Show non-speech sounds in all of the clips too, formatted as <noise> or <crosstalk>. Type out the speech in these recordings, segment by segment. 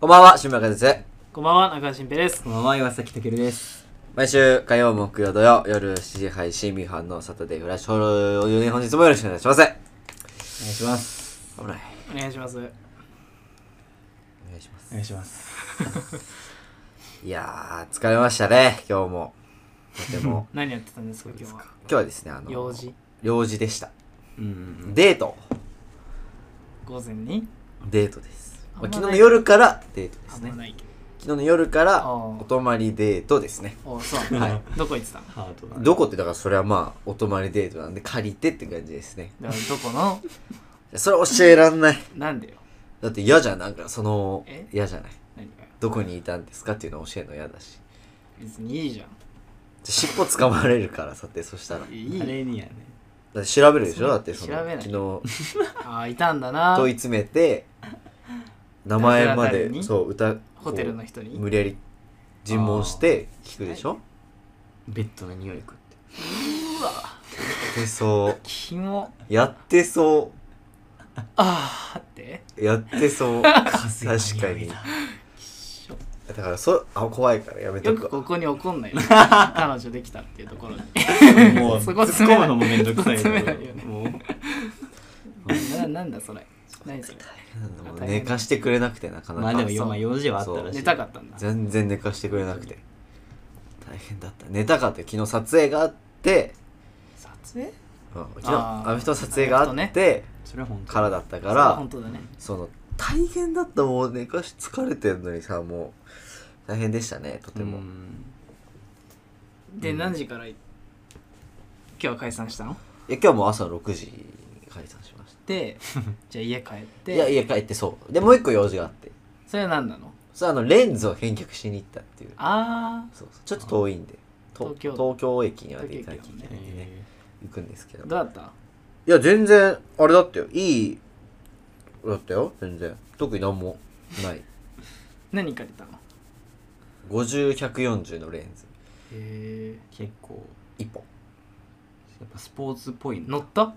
こんばんは、新村和也です。こんばんは、中田新平です。こんばんは、岩崎健です。毎週火曜、木曜、土曜、夜7時配信、ミーハンのサタデーフラッシュホール、本日もよろしくお願いします。お願いします。危ない。お願いします。。お願いします。お願いします。いやー、疲れましたね、今日も。とても何やってたんですか、今日は。今日はですね、あの、用事、用事でした。うんうんデート。午前にデートです。まああんま昨日のない夜からデートです危ね。ないけ昨日の夜からあーお泊まりデートですね。ど。おそう。 <laughs> はい。どこ行ってたのハートだね。どこってだからそれはまあお泊まりデートなんで借りてって感じですね。だからどこのそれ教えらんない。なんでよ。だって嫌じゃん。なんかそのえ、嫌じゃない。何がよ。どこにいたんですかっていうの教えるの嫌だし。別にいいじゃん。尻尾掴まれるからさて、そしたら。いいあれにやね。だって調べるでしょだってその調べない昨日ああ、いたんだな。問い詰めて、名前ま誰々で、にそう、歌、ホテルの人こにう無理やり尋問して聞くでしょベッドの匂い食って。やってそう。キモ。やってそああって。う。やってそう。確のか匂いに。だだしょからそ、あ、怖いからやめとよくくわ。ここに怒んない <laughs> よ。彼女できたっていうところに。もう、そ突こっ詰め込ないむのもめんどくさいそこ詰めないけよど。ねも <laughs> う、ななんだそれ。何それ。もう寝かしてくれなくてなかなかまあでもそうよ、まあ用事はあったらしい。寝たかったんだ。全然寝かしてくれなくて大変だった寝たかった昨日撮影があって、撮影うん、昨日あーアメフトの撮影があアメっフてそれは本当。からだったかそれはら本当だね。その大変だったもう寝かし疲れてんのにさもう大変でしたねとてでもも、で、何時からい今日は解散したのいや今日も朝6時に解散しまし <laughs> でじゃあ家帰ったていや家帰ってそうでもう一個用事があってそれは何なのそれあのレンズを返却しに行ったっていうあそうそうちょっと遠いんでと東京東京駅には出たい東京ね駅のえ行くんですけどーどうだったいや、全然、あれだったよ。いい、だったよ。全然。特になんもない。何借りたの50、140のレンズ。へえー結構、一本。やっぱスポーツっぽい乗の。った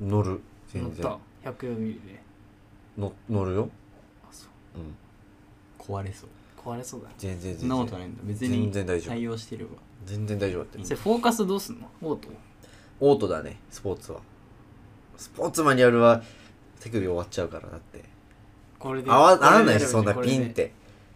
乗る。乗全っ然た。104ミリでの乗るよ。あそううん。壊れそう。壊れそうだ全然、全然。そんなことないんだ。別全に然大丈夫対応してれば。全然大丈夫だったようんそれフォーカスどうすんのオートオートだね、スポーツは。スポーツマニュアルは、手首終わっちゃうから、だって。これで合わ合わないこれでし、そんなこれピでンって。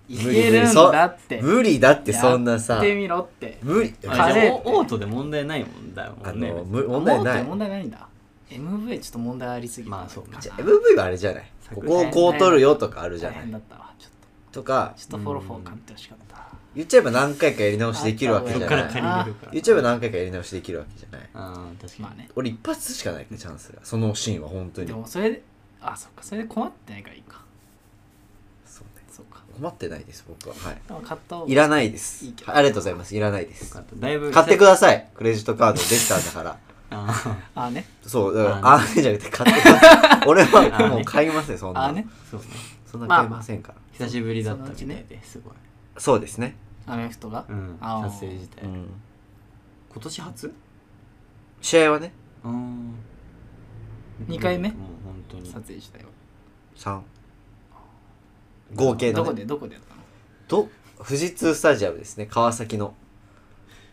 いけるんそだって無理だって、そんなやさっ。てみろって無理。あカあ、レーじゃあオートで問題ないもんだもあんね。の、む問題なあいもう。問題ないんだ MV ちょっと問題ありすぎたまあそうかじゃあ MV はあれじゃない。ここをこう撮るよとかあるじゃ大ない変。だったわちょっととか、ちょっとフォローフォー買ってほしかった言っちゃえば何回かやり直しできるわけそじっゃかならい借りれるから。言っちゃえば何回かやり直しできるわけじゃないああ、確かに。まあね俺一発しかないからチャンスがそのシーンは本当にでもそれであそっかそれで困ってないからいいかそうねそうか困ってないです僕ははいでも買った方がいらないですいいけどはいありがとうございますいらないでよすかっただいぶ買ってくださいクレジットカードできたんだから <laughs> ああーねそうだからああーねじゃなくて買ってくだ <laughs> さい俺あーはねもう買いますねそんあーなねーそうねそんな買いませんから久しぶりだったみたいですごい、そうですねアメフトが、うん、あー撮影自体、うん今年初試合はねうん二回目もう本当に撮影したよ3合計どのこねでどこでやったのと富士通スタジアムですね川崎の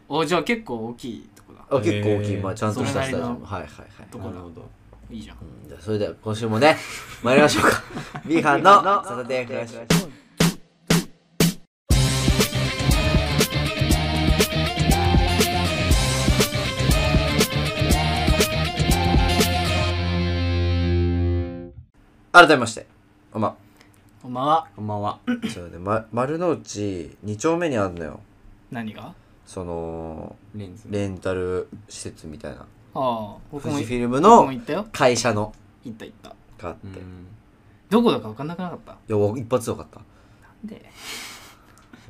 おじゃあ結構大きいとこだあ結構大きい、へーまあ、ちゃんとしたスタジアそれなりムのはいはいはいどこなるほどいいじゃんうんじゃあそれでは今週もね参りましょう <laughs> かビーハンのサタデーフラッシュ改めましておまこんばんはこんばんはそうね、ま、丸の内2丁目にあるのよ何があそのレンズレンタル施設みたいなあ僕富も士フィルム僕もの行ったよ会社の行った行ったがあっうて、いんどこだか分かんなくなかったやわ一発よかったで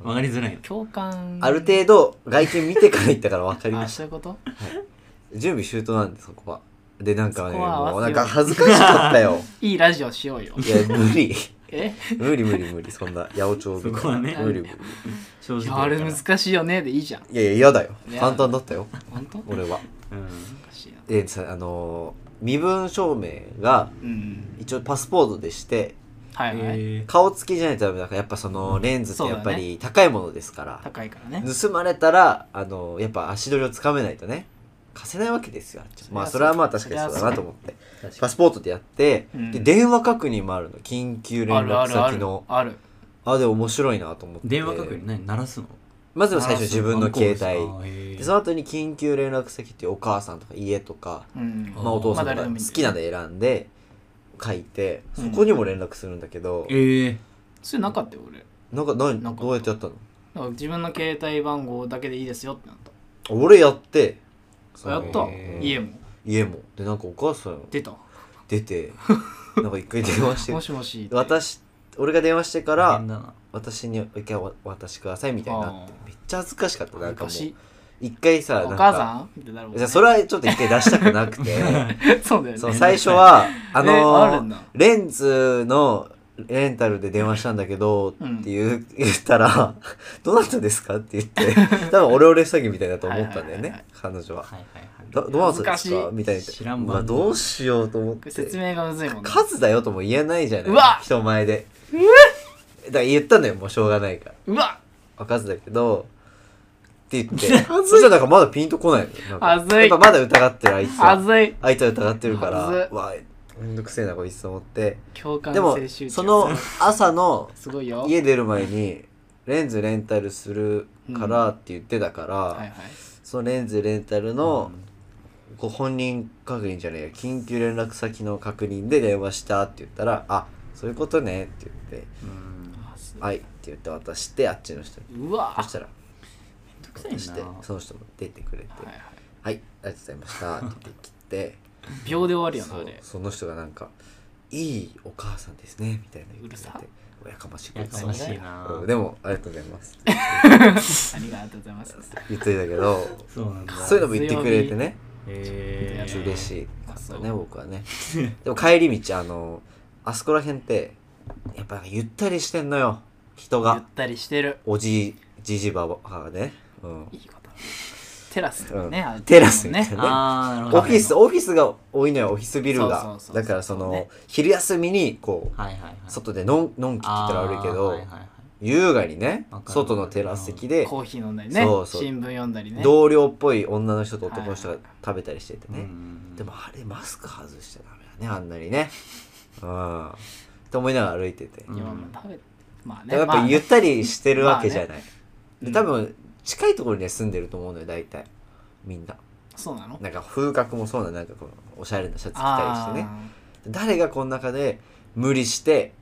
わかりづらい共感ある程度外見見てから行ったから分かりまあしそういうことた準備周到なんでそこはでなんかねそこは合わせよもううなんか恥ずかしかったよいいラジオしようよいや無理 <laughs> え無理無理無理そんな八百長みそこたはいねな無理無理正直いやあれ難しいよねでいいじゃんいやいや嫌だよいや簡単だったよ本当俺はうんおかしいなでさあのー身分証明がうん一応パスポートでしてはいはい、えー顔つきじゃないとダメだからやっぱそのレンズってやっぱそうだり高いものですから、高いからね盗まれたらあのやっぱ足取りをつかめないとね貸せないわけですよあっちはまあそそれれははまあそ確うかにそうだなと思って確かパスポートでやって、うんで電話確認もあるの緊急連あるあ絡るあ先るのあるあでも面白いなと思ってに電話確認何鳴らすのまずは最初自分の携帯帯でその後に緊急連絡先っていうお母さんとか家とか、うんまあ、お父さんとまあか誰でもいい好きなの選んで書いてそうんこにも連絡するんだけど、ええそれなかったよ俺なんか何なんかどうやってやったのだから自分の携帯番号だけでいいですよってなった俺やってそやのったへー家も家もでなんかお母さん出た出てなんか一回電話 <laughs> してもしもしって私俺が電話してか大ら変だな私に一回お渡しくださいみたいになってあーめっちゃ恥ずかしかったなんかもう昔一回さなんおか母さんみたいになるもんじゃあそれはちょっと一回出したくなくて <laughs> そうだよねそう最初はあのえあるんーだレンズのレンタルで電話したんだけど、うんって言う言ったら「どうなったんですか?」って言って多分オレオレ詐欺みたいだと思ったんだよはいはいはいはいね彼女は。はいはいどはいどうなったんですか恥ずかしいみたいな知らんわうわどうしようと思って説明がむずいもんね数だよとも言えないじゃないうわ人前でだから言ったのよもうしょうがないからうわあ数だけどって言ってそしたらなんかまだピンとこないのよなんか恥ずいやっぱまだ疑ってるあいつあはずいあいつは疑ってるから恥ずいうわめんどくせえなこいつと思って共感でも性周知その朝の <laughs> すごいよ家出る前にレンズレンタルするからって言ってたから、はいはいそのレンズレンタルの、ご本人確認じゃねえや緊急連絡先の確認で電話したって言ったら「あそういうことね」って言ってうんあず「はい」って言って渡してあっちの人にうわそしたらくさいそなしてその人も出てくれて「はいははいいありがとうございました」って言ってきて秒で終わるよそ <laughs> なあれうその人がなんか「いいお母さんですね」みたいな言ってくれうるさておやかましいやかましいなうんでも「ありがとうございます」ありがとうございます言ってたけど <laughs> そうなんだそういうのも言ってくれてねえー嬉しいあそうね僕はね <laughs> でも帰り道あのあそこら辺ってやっぱゆったりしてんのよ人ゆっがたりしてるおじいじじばばがね、うんいいことテラスとかね、うんあるテラスみたいなねあーなるほどオフィスオフィスが多いのよオフィスビルがそうそうそうそだうからその、ね昼休みにこう、はいはいはい外でのんのんきって言ったら悪いけど、あーはいはいはい優雅にねわかる外のテラス席でコーヒー飲んだりねそうそう新聞読んだりね同僚っぽい女の人と男の人が食べたりしててね、うんでもあれマスク外しちゃダメだねあんなにねうんって思いながら歩いてて、うん今も食べてまあねやっまぱあゆねったりしてるわけじゃない、ねで多分近いところには住んでると思うのよ大体みんなそうなのなんか風格もそうななんかこのおしゃれなシャツ着あたりしてねー誰がこの中で無理して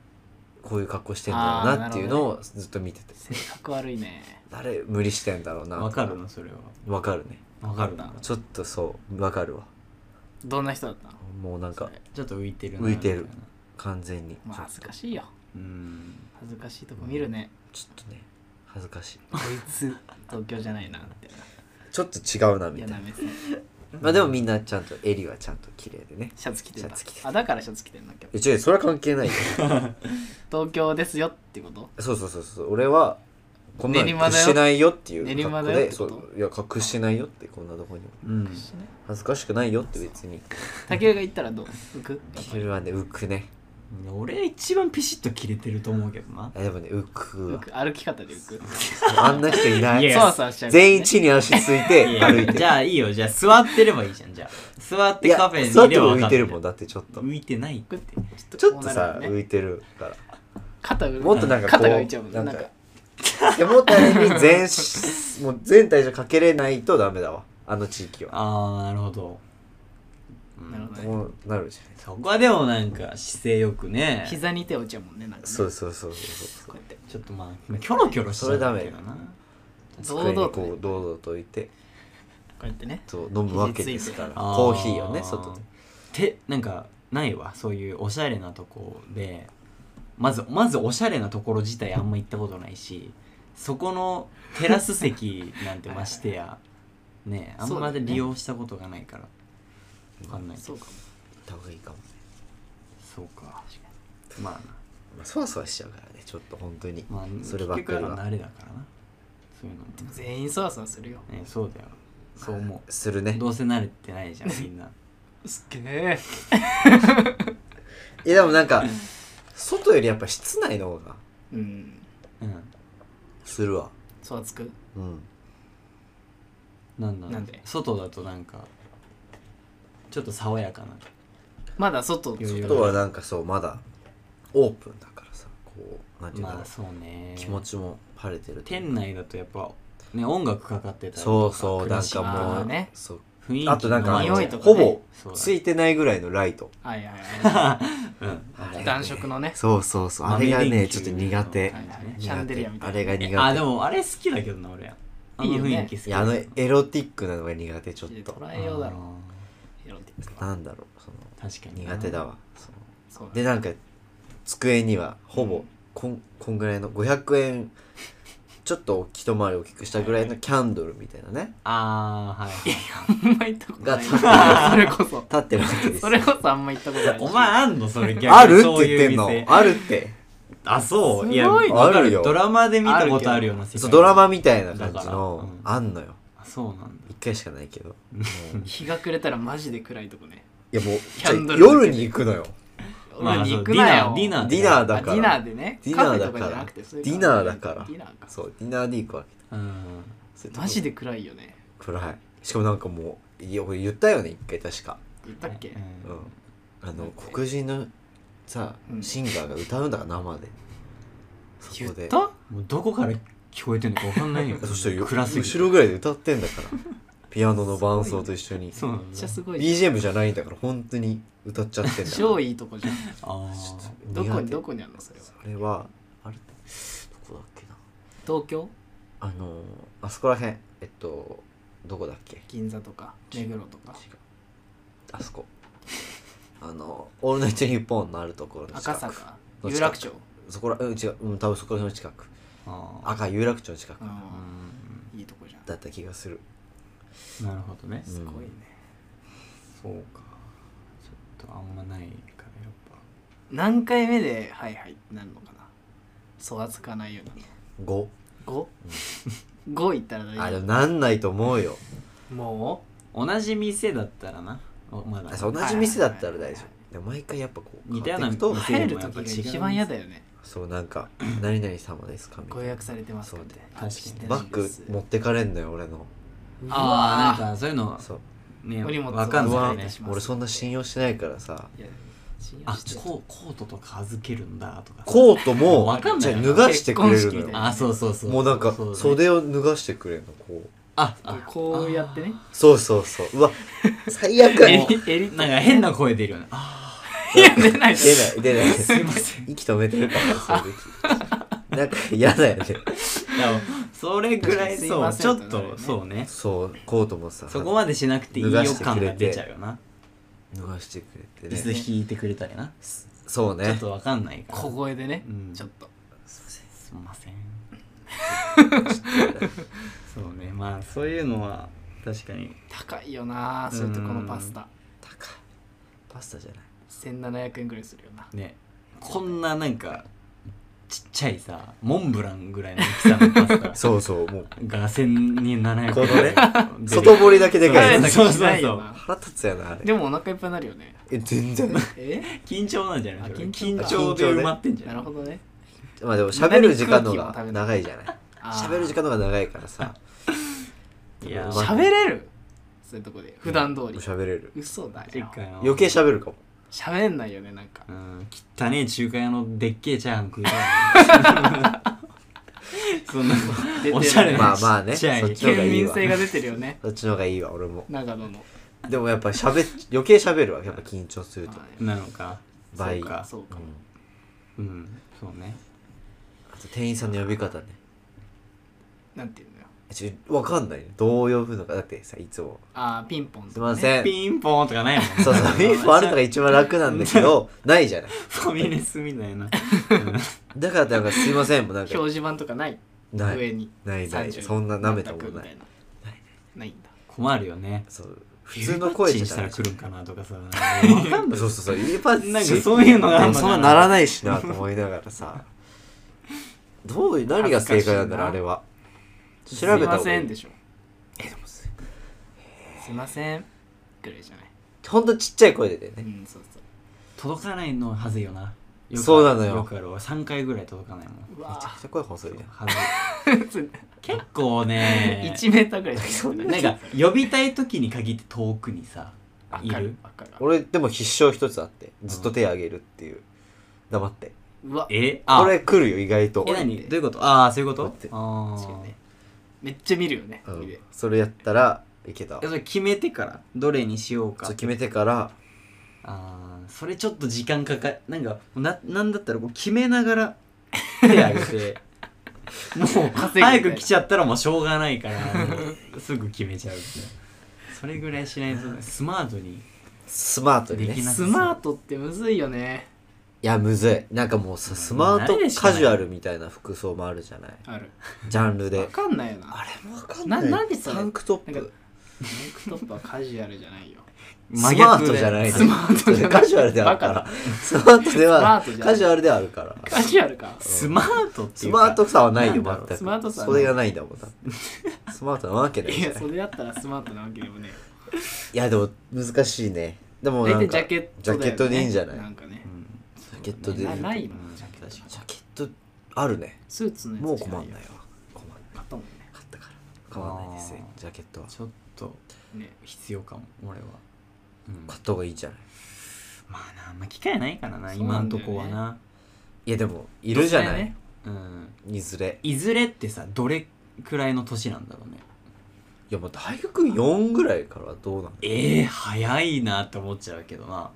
こういう格好してんだろうなっていうのをずっと見てて、性格悪いね誰無理してんだろうなわかるなそれはわかるねわかるなちょっとそうわかるわどんな人だったのもうなんかちょっと浮いてるな浮いてるみたな完全にまあ恥ずかしいようん恥ずかしいとこ見るねちょっとね恥ずかしいこいつ東京じゃないなってちょっと違うなみ嫌たいなな目線まあでもみんなちゃんと襟はちゃんと綺麗でねシャツ着てシたャツ着てたあだからシャツ着てんだけどえ違うそれは関係ないよ東京ですよってことそうそうそうそう俺はこんなの練馬隠だよしてないよっていう練馬格好だよっでてそことういや隠してないよってこんなとこにもうん恥ずかしくないよって別に竹雄が行ったらどう浮くそれはね浮くね俺一番ピシッと切れてると思うけどなあでもね浮く浮わく歩き方で浮くあんな人いないいやそわそわしちゃうからね全員地に足ついてい歩いやてじゃあいいよじゃあ座ってればいいじゃんじゃあ座っいてやカフェにい座ってればもわ浮かいるてるもんだってちょっと浮いてない浮くってちょっとこさうなるよ浮ねいてるから肩浮もっとなんかこ肩が浮いうちゃうもんななんんかかいやもっとあれに全身もう全体重かけれないとダメだわあの地域はああなるほどうんなるほどねこうなるじゃそこはでもなんか姿勢よくね膝に手落ちちゃうもんねなんかんねそうそうそうそうそうこうやってちょっとまあキョロキョロしちゃうけどそれな机堂に々とねこう堂々と置いてこうやってねそう飲むわけですから肘ついてあコーヒーをね外でてなんかないわそういうおしゃれなとこでまずまずおしゃれなところ自体あんま行ったことないしそこのテラス席なんてまして <laughs> やねあんまり利用したことがないから分かんないけどそうかも行った方がいいかもね、そうかまあなまあ、そわそわしちゃうからねちょっと本当に、まあそればっかり結局はは慣れだからなそういうのも全員そわそわするよねそうだよそう思するうね <laughs> どうせ慣れてないじゃんみんなすっげえいやでもなんか外よりやっぱ室内の方がうんうんするわそうはつくうんなんだろうなんで外だとなんかちょっと爽やかなまだ外余裕外はなんかそうまだオープンだからさこうなんていうんだろう、まあそうね気持ちも晴れてるというか店内だとやっぱね音楽かかってたりとかそうそうなん車かもう、ねそう雰囲気あとなんかの匂いとかねほぼそうだついてないぐらいのライトはいはいはうんあれが <laughs> ね暖色のねそうそうそうあれがねちょっと苦手、いはいねシャンデリアみたいなあれが苦手あでもあれ好きだけどな俺あのいいよね雰囲気好きいやあのエロティックなのが苦手ちょっいいと捉えようだろエロティックはなんだろうそのあー確かにな苦手だわそのそうだねでなんか机にはほぼこんこんぐらいの500円ちょっと一回り大きくしたぐらいのキャンドルみたいなねああはいあんま行ったことない <laughs> がそれこそ立ってるわけですそよれこそあんま行ったことない <laughs> お前あんのそれ逆にあるってそうい言うってんの店あるってあそういやすごいねわかあるよドラマで見たことあるような世界そうドラマみたいな感じのだからあんのよあそうなんだ一回しかないけどもう日が暮れたらマジで暗いとこねいやもうキャンドル夜に行くのよ俺にそ行うくなよディナーディナーーだからあディナーでねディナーだカフかェとからじゃなくてそういうディナーだからディナーかそうディナーで行くわけだうんそういうとこマジで暗いよね暗いしかもなんかもういや俺言ったよね一回確か言ったっけ、うんあだっのて黒人のさうんシンガーが歌うんだから生でそ言こっでたもうどこから聞こえてんのかわかんないよ <laughs> そしてよ暗すぎて後ろぐらいで歌ってんだからピアノの伴奏と一緒にそうなんだめっちゃすごいじ BGM じゃないんだから本当に歌っちゃってん <laughs> ゃんだ超いいとこじゃんあちょっとどこ苦に手どこにあるのそれはそれはあれどこだっけな東京あのーあそこらへんえっとどこだっけ違う銀座とか目黒とかあそこ <laughs> あのー「オールナイトニッポン」のあるところの近赤く坂有楽町そこらうん違う、うん、多分そこら辺の近くあー赤有楽町の近くうんういいとこじゃんだった気がするんなるほどねうんすごいねそうかちょっとあんまないからやっぱ何回目ではいはいってなるのかなそう扱わないように5 5?5 行ったらあで大丈もなんないと思うよ夫も同じ店だったらなおまだあそう同じ店だったら大丈夫でも毎回やっぱこう似たような変うわっていくと入る時が一番嫌だよねそうなんか「何々様ですか?」みたごい予な約されてますかって確かにバッグ持ってかれんのよ俺のあああなんかそういうのそうねお荷物わかん不ない安お願いねします俺そんな信用してないからさあココートとか預けるんだとかコートもわかんないじゃあ脱がしてくれ結婚式るのみたいよなあそうそうそうもうなんかそだね袖を脱がしてくれるのこうああこうやってねそうそうそううわ <laughs> 最悪あ出ーないえもう <laughs> なんか変な声出るよねあいや出ない出ないーすいません息止めてるからそういう時なんか嫌だよねでもそれぐらいすいそまうせちょんっってなるよとねそうねそうコートもさそこまでしなくていいよ感が出ちゃうよな脱がしてくれて椅ね子引いてくれたりなそうちょっねとわかんないから小声でねうんちょっとすいませんそうねまあそういうのは確かに高いよなそういうとこのパスタ高いパスタじゃない1700円ぐらいするよなねこんななんかちっちゃいさモンブランぐらいの大きさの <laughs> パスそうそうもうタが1700円このね出て外堀だけでかい <laughs> そうそうそうそう腹立つやなあれでもお腹いっぱいになるよねえ全然え <laughs> 緊張なんじゃないあそれ緊張緊か張で埋まってんじゃななるいほどねまあでも喋る時間の何空気がも長いじゃないあー喋る時間のが長いからさいやまあ喋れるそういうとこで普段通り喋れる嘘だマジよかよ余計喋るかも喋んないよねなんかうん汚ねえ中華屋のでっけえチャーハン <laughs> 食いたいなそんな出てるおしゃれなまあまあねちっちゃいそっちの方が県いい民わ性が出てるよねそっちの方がいいわ俺も長野のでもやっぱ喋っ余計喋るわやっぱ緊張するとはいなのか倍そうかそうかもうんうんそうねあと店員さんの呼び方ねなんていうのよちょわかんないねどう呼ぶのかだってさいつもあーピンポン「すいとかまねせん」ピンポンとかないもんねそうそう、ミンフあるのが一番楽なんだけど、ないじゃない。ファミレスみたいな。だからなんかすいませんもなん表か、示板とかないない上にないない、 30そんな舐めたこと全くみなたい。なないんだ困るよね。そう、普通の声にじしゃたダメらじ来るんかなと <laughs> かさ。わかゃんんないそうそうそう、家パッチ。なんかそういうのがあでもんのかそんなならないしなと思いながらさ。どういう、何が正解なんだろう、あ恥れずは。調すべいたま方がせいんでい。しょすいませんぐらいじゃないほんとちっちゃい声でうね。んそうそう届かないのはずいよな。くそうなのよよくあるわ3回ぐらい届かな <laughs> いもんうめわちゃくちゃ声細いね恥ず結 <laughs> 構ね1メーターぐらいそうなんか呼びたい時に限って遠くにさいるわかる俺でも必勝一つあってずっと手あげるっていう黙ってうわえあこれ来るよ意外とえ何どういうことああそういうことこうやってあ確かにーねめっちゃ見るよね、う見んるそれやったらいけたえそれ決めてからどれにしようかそう決めてからあーそれちょっと時間かかなんかななんだったらこう決めながら手あげてもう稼ぐみたいな早く来ちゃったらもうしょうがないからもうすぐ決めちゃうみたいなそれぐらいしないとねスマートにスマートにねできなさスそうマートってむずいよねいやむずいなんかもうさスマート慣れしかなカいジュアルみたいな服装もあるじゃないあるジャンルでわかんないよなあれもわかんんなないいタタンンクトッなんプかタンクトップはカジュアルじゃないよスマートじゃないス真逆でマートじゃないカジュアルではあるからバスマートではスマートじゃないカジュアルではあるからカジュアルかスマートってスいうマかートさはないよなんだ全ろうくスマートさはそないれがないんだもんだ <laughs> ってスマートなわけないいじゃやないそれやったらスマートなわけでもねいやでも難しいねでもな大ん体かジャケットだよ、ね、ジャケットでいいんじゃないなんかねうんジャケットでなないもうんんジャケットだしジャケットあるねスーツのやつもう困ん違なういよわ困んない買ったもんね買ったから困んないですねあージャケットはちょっとね必要かも俺は、うん買った方がいいじゃないまあなあんま機会ないからなそう今なんんだとよねこはな、いやでもいるじゃどうなせいねうんいずれいずれってさどれくらいの年なんだろうねいやもう大学4ぐらいからどうなんだええ早いなって思っちゃうけどな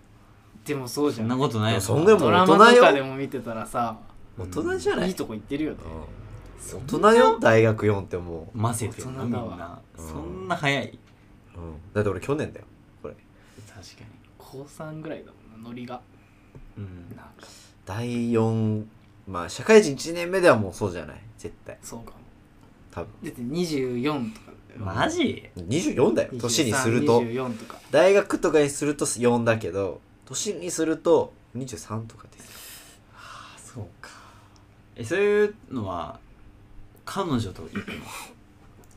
でもそうじそゃんんなことないよそんなもんドもラマ大人よとかでも見てたらさ大人じゃないいいとこ行ってるよねうん大人よ大学4っても混ぜてるな大みん人だわなうんそんな早い、う、うん、だって俺去年だよこれ確か高3ぐらいだもんなノリがにうなんんか第4まあ社会人1年目ではもうそうじゃない絶対そうかも多分だって24とかだよマジ24だよ23年にすると24とか大学とかにすると4だけど年にすると23とかですよあそうかえそういうのは彼女と行くの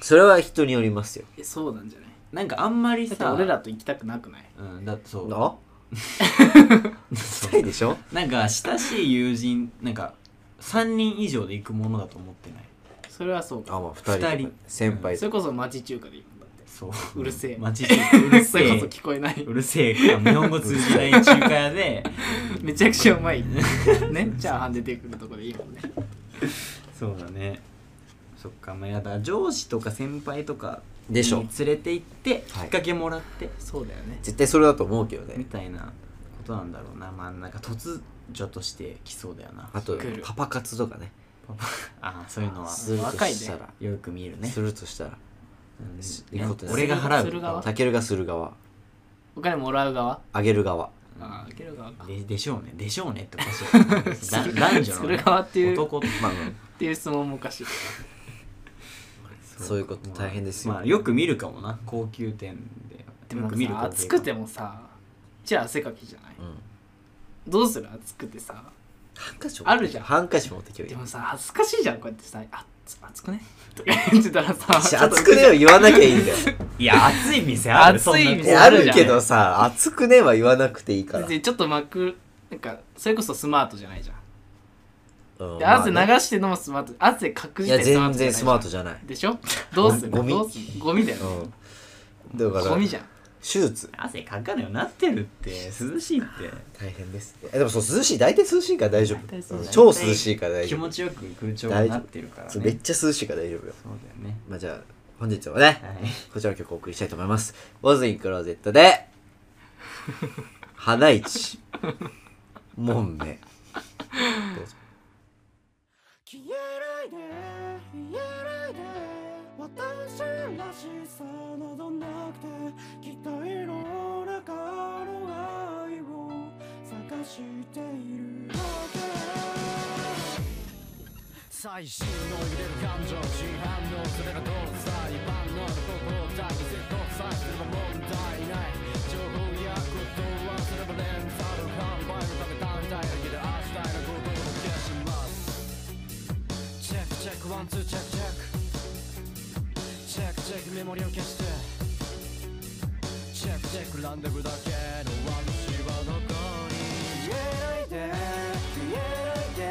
それは人によりますよえそうなんじゃないなんかあんまりだってさ俺らと行きたくなくないうんだそうなそうしたいでしょなんか親しい友人なんか3人以上で行くものだと思ってないそれはそうあかまあ2人とか二人先輩それこそ町中華で行くんだってそううるせえマジでうるそせれこそえ聞こえないうるせえか日本語通じない中華屋でめちゃくちゃうまいねチャーハン出てくるとこでいいもんねそうだねそっかまあやだ上司とか先輩とかでしょに連れて行ってきはいっかけもらって、そうだよね絶対それだと思うけどみねたいなことなんだろうなまあなんか突如としてきそうだよなあと来るパパ活とかねパパ <laughs> ああそういうのはするとしたら、よく見るねするとしたらうんすね行くことです俺が払するう側たけるがする側お金もらう側あげる側ああ、ける側か。ででしょうねでしょうねっておかし <laughs> いだ男女の、する側っていう男まあっていう質問もおかしい。そういうこと大変ですよまあ、よく見るかもな高級店ででもよく見るさ、光景暑くてもさ、じゃあ汗かきじゃないうん、うん、どうする暑くてさ。ハンカチ持ってきよあるじゃんハンカチ持ってきよでもさ、恥ずかしいじゃん、こうやってさ、あ暑暑くねとか言ってたらさ、しちょっと熱くねを言わなきゃいいん <laughs> だよいや暑い店ある暑いそんい店やなああるじるゃんけどさ熱くねは言わなくていいから、でちょっとまく、なんか、それこそスマートじゃないじゃん。うんで、まあ汗ね流して飲むスマート、汗かくいじやてスマー全ト然じゃないスマートじゃないでしょどうするゴミどうするゴミだよね。うんだからゴミじゃん。手術汗かかないようになってるって涼しいって大変ですねえでもそう涼しい大体涼しいから大丈夫、大体涼しいうん超涼しいから大気丈夫持ちよく空調がなってるからねそそううめっちゃ涼しいから大丈夫よだよねまあじゃあ本日はね、はいこちらの曲をお送りしたいと思います「w a s in Closet」で「花 <laughs> 市」「もんめ」どうぞ消えないで言えないで私らしさなどなくて期待の中の愛を探しているだけ最新の揺れる感情真反応それがどうさ一般の心を抱きせとさすれば問題ない情報やことはすればレンタル販売のため単体だけで明日へのことを消しますチェックチェックワンツーチェックチェックチェックチェックメモリを消してチェックチェックランデブだけの私は残り言えないで言え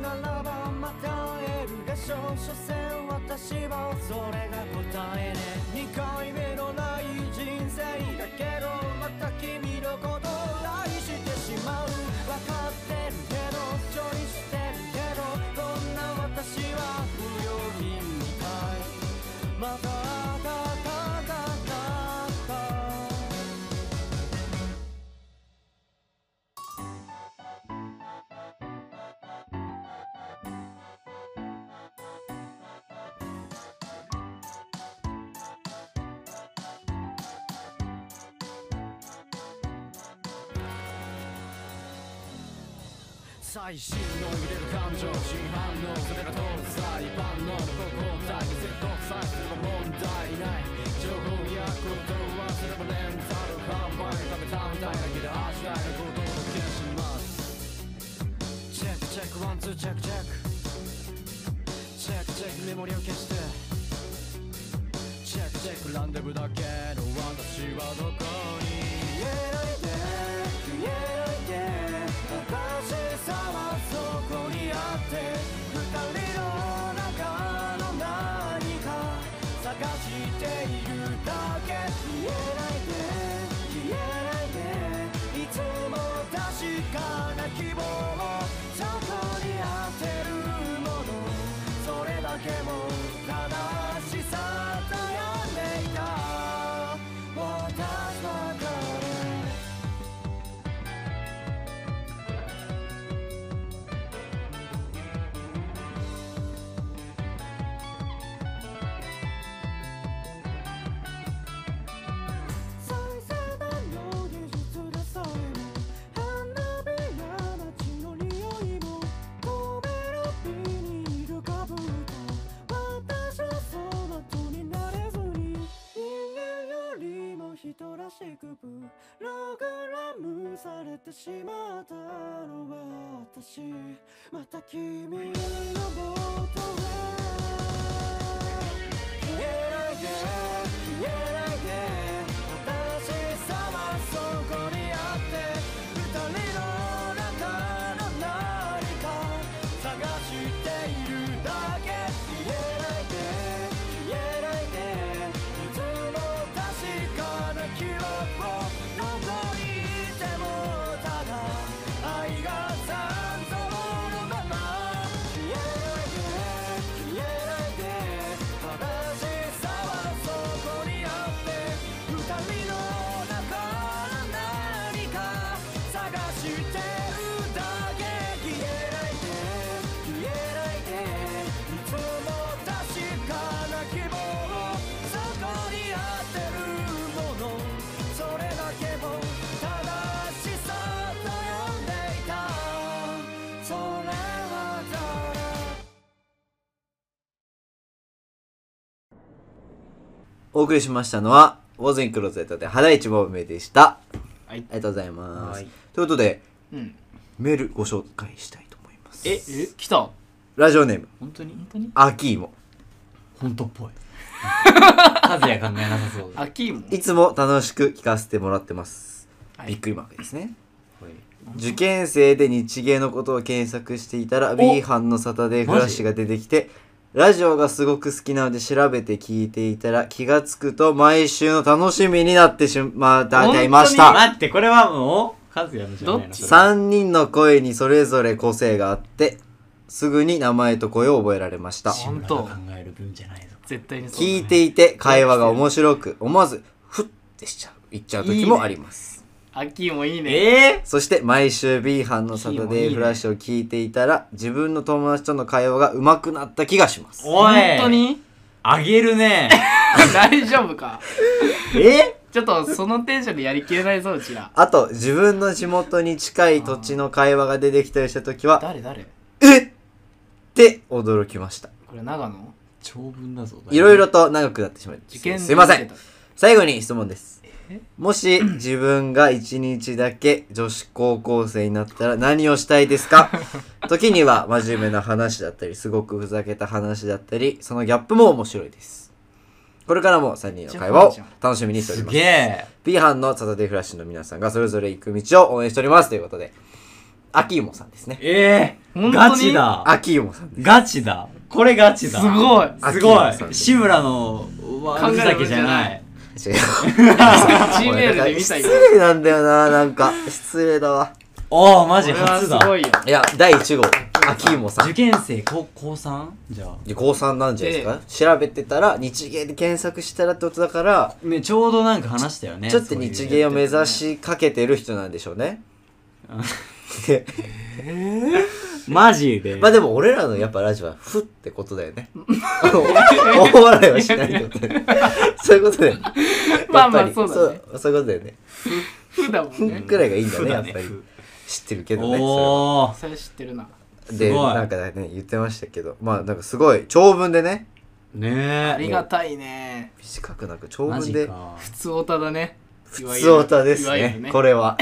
ならばまた会えるがしょう所詮私はそれが答えね2回目のない人生だけどまた君のことを愛してしまう分かってるけど処理してるけどこんな私は不用品みたいまたたたたたた最新の揺れる感情真反応それが通る際万能の交代絶国際すれば問題ない情報やことはすればレンタル販売食べたみたいだけど味わえることを決しますチェックチェックワンツーチェックチェックチェックチェックメモリを消してチェックチェックランデブーだけど私はどこに消えないで消えないで私さはそこにあって二人の中の何か探しているだけ消えないで消えないでいつも確かな希望そこにあってるものそれだけも正しさ悩んでいた私は誰最先端の技術でさえも花火や街の匂いも飛べるビニールかぶった私はその後になれずに人間よりも人らしくプログラムされてしまったのは私また君の元へ消えないで消えないで私さはそこにあって二人の中の何か探しているだけ消えないで消えないでいつも確かな記憶をどこにいてもただ愛が残像のまま消えないで消えないで正しさはそこにあって二人の中の何か探してるだけ消えないで消えないでいつも確かな希望そこにあってるものそれだけも正しさ悩んでいたそれは誰お送りしましたのは、ウォーゼンクロゼットで花一番目でした。はあいりがとうございます。はいということで、うんメールご紹介したいと思います。ええ来たラジオネーム、本当に本当にアキーモ。本当っぽい <laughs> 和也考えなさそうだアキーモいつも楽しく聞かせてもらってます。はいびっくりマークですね。はい受験生で日芸のことを検索していたら B 班のサタデーフラッシュが出てきてラジオがすごく好きなので調べて聞いていたら気がつくと毎週の楽しみになってしまっていまし本当にた待ってこれはもう和也のじゃないどっのちそれは3人の声にそれぞれ個性があってすぐに名前と声を覚えられました志村が本考える分じゃないぞ絶対にそうだね聞いていて会話が面白く思わずふってしちゃう言っちゃう時もありますアキーモいいねえそして毎週 B 班のサタデーフラッシュを聞いていたら自分の友達との会話が上手くなった気がしますー、おい本当にあげるね大丈夫かえちょっとそのテンションでやりきれないぞうちらあと自分の地元に近い土地の会話が出てきたりした時は誰誰えっって驚きましたこれ長野長文だぞいろいろと長くなってしまい受験すいませんで受け最後に質問ですもし <clears throat> 自分が一日だけ女子高校生になったら何をしたいです <laughs> か時には真面目な話だったりすごくふざけた話だったりそのギャップも面白いですこれからも3人の会話を楽しみにしておりすまげすえ B 班のサタデーフラッシュの皆さんがそれぞれ行く道を応援しておりますということで秋もさんですね。ええ本当にガチだ秋もさんです。ガチだこれガチだすごいす秋ご山さんい志村の考悪えたふこざとけじじゃゃなないい違う。 Gmail で見失たい礼なんだよな、なんか。失礼だわ。おおマジこれは初すだごいよいや、第1号、秋もさん受。験生高高三じゃあで高3なんじゃないですか調べてたら、日芸で検索したらってことだから、ねちょうどなんか話したよねちょっと日芸を目指しかけてる人なんでしょうね。でマジで <laughs> まあでも俺らのやっぱラジオはふってことだよね。 <laughs> 大笑いはしないってこと <laughs> だよね。そういうことだよね。まあまあやっぱりそうだねそう。そういうことだよね。ふだもんねくらいがいいんだね、やっぱり。ふ知ってるけどね。それはおおそれ知ってるなで、すごいなんかね、言ってましたけど、まあなんかすごい、長文でね、ねありえがたいね短くなく長マ文ジで、か普通オタだね普通オタですいわゆるね、これは。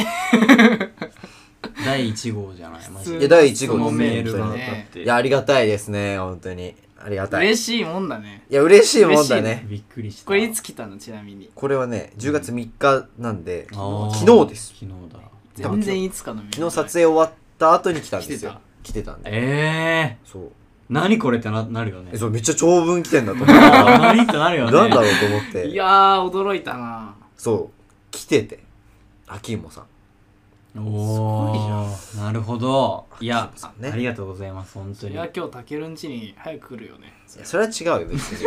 第一号じゃないマジいやで第一号でこすのねメールが本当にねいや、ありがたいですね、本当に。ありがたい。い嬉しいもんだねや、嬉しいもんだ嬉しいね。びっくりしたこれいつ来たのちなみにこれはね、10月3日なんで、あー昨日です。昨日だ多分全然いつかのメール昨日撮影終わった後に来たんですよ。来てたんで。ええそう。何これってななるよねえ、そう、めっちゃ長文来てんだと思って。あー何ってなるよなんねだろうと思っいて。やー驚いたなそう。来てて。秋もさん。おーなるほどいやそうですねありがとうございます本当いにや今日たけるんちに早く来るよねいやそれは違うよ、別に。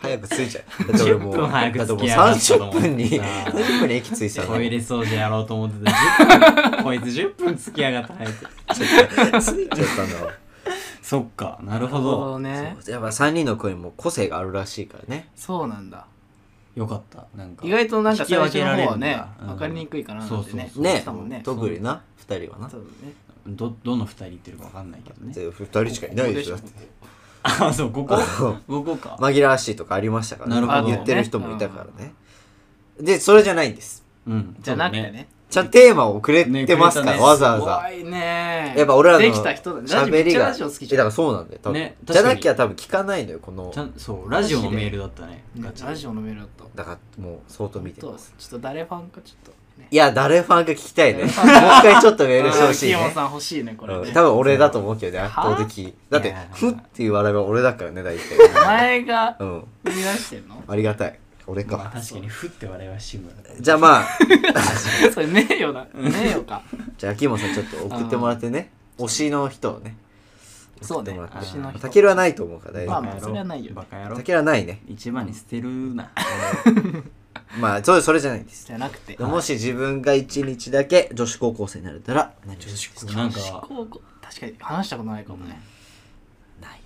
早く着いちゃう。だって俺10もう、分早くだって付もうき合いましょう30分に、と思ってさ30分に駅着いてたのトイレ掃除やろうと思って <laughs> た10分こいつ10分つきやがって早く着いちゃったんだわそっかなるほなるほどねそうやっぱ3人の声にも個性があるらしいからね。そうなんだよかったなんか意外となんか引き最分初けのられ方るはんねだうん分かりにくいかななんてねそうそうそうねしたもんね特にな、2人はなそ。うだねどどの2人言ってるかわかんないけどねで2人しかいないでしょ。だこっこてあそうここあここか、紛らわしいとかありましたから、なるほど言ってる人もいたからね。で、それじゃないんです。うんじゃなくてそうだねちゃんとテーマをくれてますから、ねくれたねわざわざ。怖いねやっぱ俺らのできた人だねラジオめ喋っりちゃが、ラジオ好きじえだかゃんらそうなんだよ、多分ね確じかゃになきゃ多分聞かないのよ、このち。ゃんそうラジオのメールだったねねガチラジオのメールだっただからもう相当見てちょっまとす。ちょっと誰ファンかちょっとねいや、誰ファンか聞きたいね。もう誰一ファン回ちょっとメールしてほしいあーキねヨ。さん欲しいねこれうんね多分俺だと思うけどね、圧は倒的。だっいてや、ふっていう笑いは俺だからね、大体。お前がうん。生み出してんのありがたい。俺まあか。確かにふって笑いは志村だからじゃあまあ、それ名誉だ名誉かじゃあ秋山さんちょっと送ってもらってね。推しの人をね。そう送ってねもらって推しの人たけるはないと思うから大まあ丈まあそれはないよねバカ野夫。郎たけるはないね。一番に捨てるなまあ、それそれじゃないです。じゃなくてでもし自分が一日だけ女子高校生になれたら何をしますかなんか高校確かに話したことないかもねないね。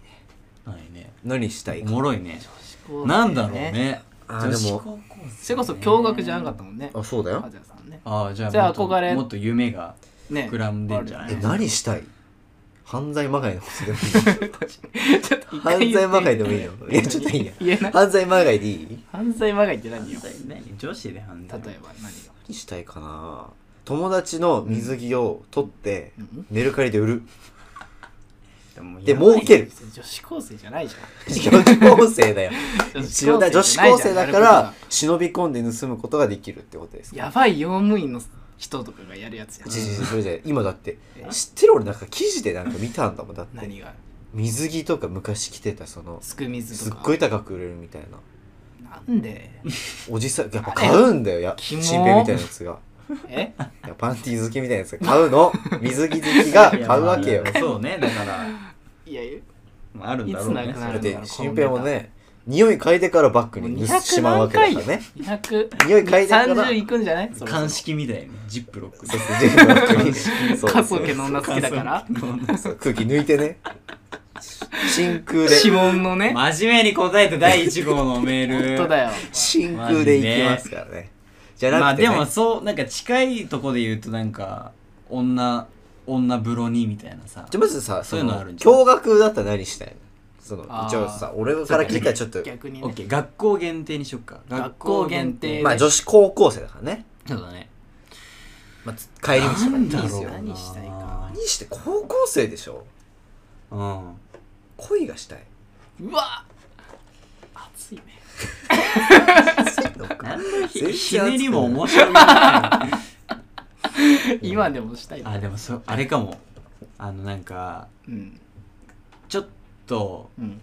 ないね何したいおか。もろいね思考なんだろうねあーでも女子高校生ねそれこそ驚愕じゃなかったもんねあ、そうだよカ。ズヤさんねああじゃあじゃあもっと憧れもっと夢がね膨らんでんじゃないえ、ね何したい犯罪まがいのことでもいいちょっ <laughs> と一犯回言って罪まがいでもいいよ。 <laughs> いや、ちょっといいや。言えない犯罪まがいでいい犯罪まがいって何よ例何女子で犯えば罪何よ何したいかな友達の水着を取って、うんメルカリで売る。 <laughs> で、で儲ける。女子高生じゃないじゃ女子高生だよ。ん一応だ女子高生だから、忍び込んで盗むことができるってことですか。やばい用務員の人とかがやるやつやん違う違う違うそれで、今だってえ、知ってる俺なんか記事でなんか見たんだもん。だって、何が水着とか昔着てた、その、すく水すとっかごい高く売れるみたいな。なんでおじさん、やっぱ買うんだよ、や、キモチンペイみたいなやつが。えいやパンティー好きみたいなやつが買う <laughs> の。水着好きが買うわけよいや。まあそうねだからいやまああるんだろいうつなねくなだるって、新平もね、匂い嗅いでからバッグに盗しまうわけだからね。 200匂い嗅いでから。 30いくんじゃないそろそろ鑑識みたいねジップロックそうそうジェフのバッ <laughs> グにそう科捜研の女好きだから <laughs> そう <laughs> 空気抜いてね。真空で。指紋のね真面目に答えて第1号のメー本ル当だよ真空でいきますからね。じゃまなあくて、ねで、もそうなんか近いとこで言うとなんか女女風呂にみたいなさじゃあまずさ、そういうのあるんじゃん驚愕だったら何したいのその、あー一応さ、俺から聞いたらちょっと、逆にオねッケー学校限定にしよっか学校限定まあ女子高校生だからね。そうだねまあ、つ帰り道とかないんいだでろすうよな。何したいか何して高校生でしょうん恋がしたい。うわ熱いねひね <laughs> りも面白いね今でもしたいなあでもそあれかもあのなんかうんちょっとうん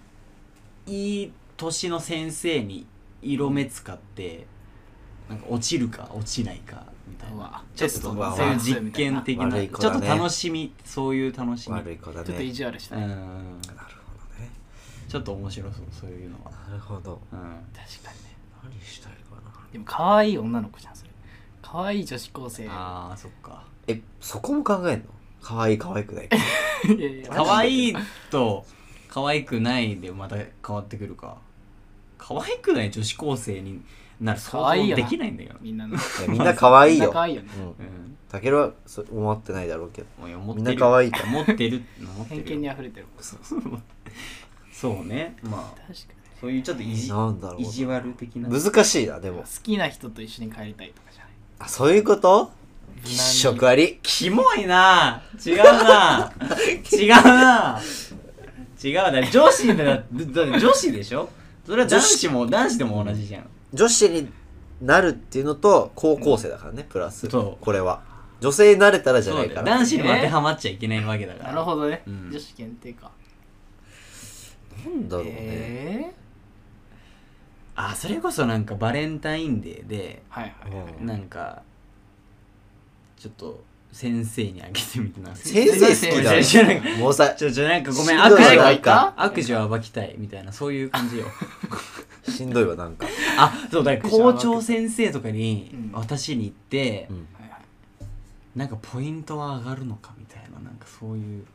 いい年の先生に色目使ってなんか落ちるか落ちないかみたいうなわちょっテストとがそういう実験的な悪い子ちょだっねと楽しみそういう楽しみ悪い子だねちょっと意地悪しうたね、んなるほどねちょっと面白そうそういうのは、なるほどう確かん、にね何したいかなでも可愛い女の子じゃんそれ可愛い女子高生いやあーそっかえそこも考えんの可愛い可愛くない <laughs> いや可愛いと可愛くないでまた変わってくるか可愛くない女子高生になる可想愛い像よなできないんだよな、みんなのいやみんな可愛いみんなよ可愛いよねうんうんたけるはそう思ってないだろうけどもう思っみてんるな可愛いか思ってる思って偏る見に溢れてるそうねまあ確かにそういうちょっと意地なんだろう意地悪的な難しいなでも好きな人と一緒に帰りたいとかじゃないあそういうこと無難に喫食ありキモいな違うな違うな違うな女子だだって女子でしょそれは男子も男子でも同じじゃん女子になるっていうのと高校生だからね、プラスそこうれは女性になれたらじゃそなういだかよら男子にも当てはまっちゃいけないわけだからなるほどね、うん女子限定かなんだろうね、ええあそれこそなんかバレンタインデーではいはいはい、うんなんかちょっと先生にあげてみてな先生好きだ先生好きだろもうさちょちょなんかごめしんんど悪いわな事がんか <laughs> 悪事を暴きたいみたいなそういう感じよしんどいわなんか、 <laughs> あそうだから校長先生とかにうん私に行って、うんはいはいなんかポイントは上がるのかみたいななんかそういう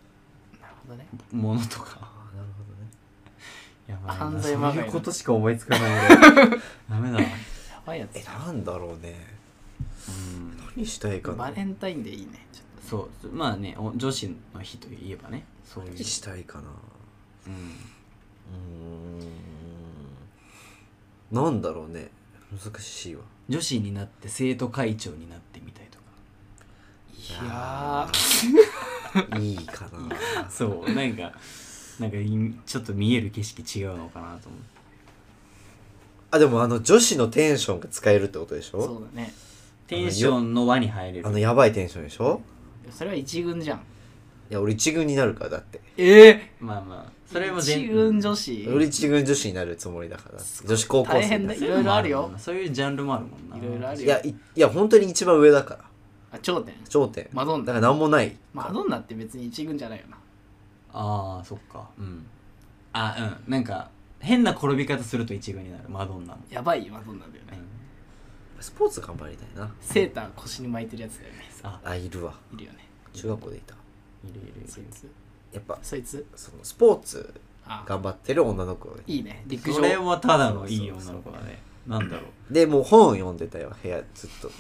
なるほどねものとかあなるほどねやばいな犯罪そまがいうないうことしか思いつかない <laughs> 俺ダメだわやばいやつえだなんだろうねうん何したいかなバレンタインでいいねちょっそうまあねお女子の日といえばねそういう何、したいかなうん、うーんなんだろうね難しいわ女子になって生徒会長になってみたいとかといやいいかなそうなんかなんかいちょっと見える景色違うのかなと思ってあでもあの女子のテンションが使えるってことでしーそょうだねテンションの輪に入れあのるやばいテンションでしょそれは一軍じゃんいや俺一軍になるからだってええまあまあそれも一全軍女子俺一軍女子になるつもりだから女子高校大生変になだるそううのももんなそういうジャンルもあるもんないろいろあるいよやいいや本当に一番上だからあ頂点頂点マドンだナから何もないマドンナって別に一軍じゃないよなああそっかうんあうんなんか変な転び方すると一軍になるマドンナも、やばいマドンナだようねん、スポーツ頑張りたいなセーター腰に巻いてるやつだよねああいるわいるよね中学校でいたいるいるいるそいつやっぱそいつそのスポーツあ頑張ってる女の子がいていいね陸それ上はただのいい女の子だねなんだろでもう本読んでたよ部屋ずっとこ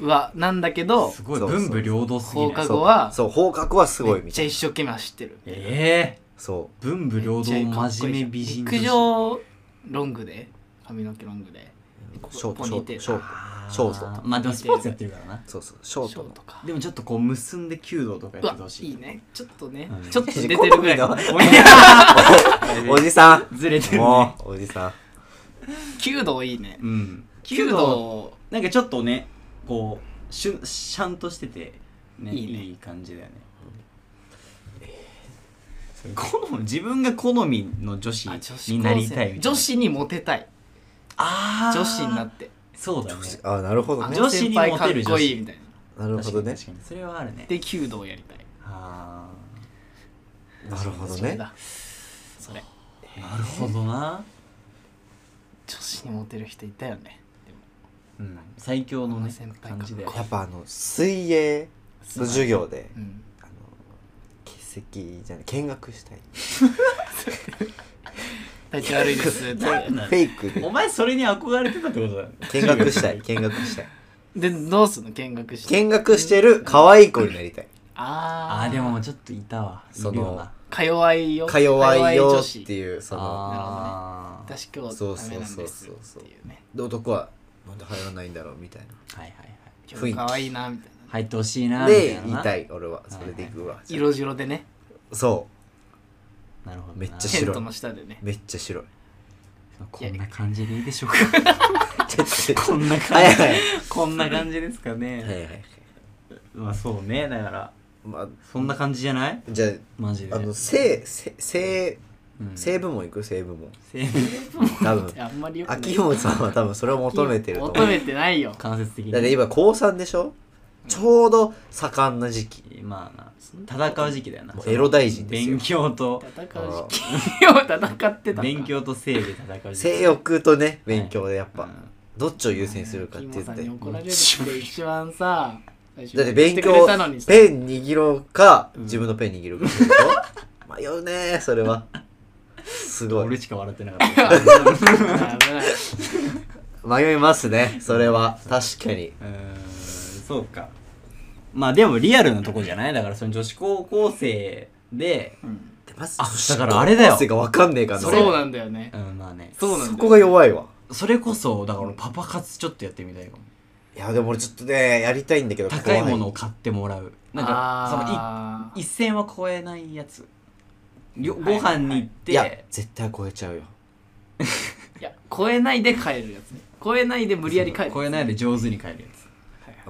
のはなんだけうどすごいそうそう文武両道すぎ放課ない後はそうそう放課後はすごいめみっちゃたい一な生懸命走ってるええそ文武両道真面目美人陸上ロングで髪の毛ロングでうショートここシにョいーてトショーあーショートまあでもスポーツやってるからなトそうそうショシートョーのトかでもちょっとこう結んで弓道とうかやってわてほしいいいねちょっとねうんちょっと出てるぐらいごめんやべおじさんずれてるねもうおじさん弓道いいねうん弓道なんかちょっとねこうしゅシャンとしててねいいねいい感じだよねそれ好み自分が好みの女子あ女子に高な生りたいみたいな女子にモテたいあー女子になってそうだねあなるほどね女子にモテる女子あの先輩かっこいいみたいななるほどね確かに確かにそれはあるねで弓道やりたいあなるほどそれねだそれーなるほどな、女子にモテる人いたよねでもうん、最強のあんねな先輩か感じだよやっぱあの水泳の授業でうんあの欠席じゃない見学したい体調悪いですっフてェイク <laughs> おで前それに憧れてたってことだよね見学したい見学したいでどうすんの見学して見学してる可愛い子になりたいあ <laughs> ああーでもちょっといたわそのいるよなか弱いよか弱いか女よ子っていうそのあー私今日ダメなんですっていうねで男はなんで入らないんだろうみたいはいはいはいそうそうそうそう今日可愛いなみたい入ってほしいななみたでい言いなたい俺はそれでいくわな色白でねそなるほどなめっちゃテ白いントの下でね、うめっちゃ白いこんな感じでいいでしょうか <laughs> こんなはい感はいじこんな感じですかね、はいはいはいまあそうねだからまあ、そんな感じじゃないじゃマジであ、あの、性、性、性、うん性部門いく性部門。性多分 <laughs> あんまりよくない秋元さんは多分それを求めてると思求う。めてないよ間接的にだって今、高3でしょちょうど盛んな時期。まあな戦う時期だよなもうエロ大臣ですよ勉強と戦う時期を戦ってた勉強と性で戦う時期性欲とね、勉強でやっうぱ、んどっちを優先するかって言っ金本さんてに。怒られるって一番さだっだって勉強くれたのに、さペン握ろうか、自分のペン握るかってこと。迷うねそれは。すご俺い。しか笑ってなか <laughs> った危ない迷いますね、それは。確かに。うーんそうかまあでもリアルなとこじゃないだからその女子高校生で、でまずあだからあれだよ女子高生がわかんねえからそ俺うなんだよねうん、まあねそうなんだよそこが弱いわ。それこそだから俺パパ活ちょっとやってみたいかもいや、でも俺ちょっとね、やりたいんだけど、高いものを怖買ってもらうなんかあそのい一線は超えないやつよはごいはいは飯いに行っいやて、絶対超えちゃうよ。ーいや超えないで帰るやつね超えないで無理やり帰る超えないで上手に帰るや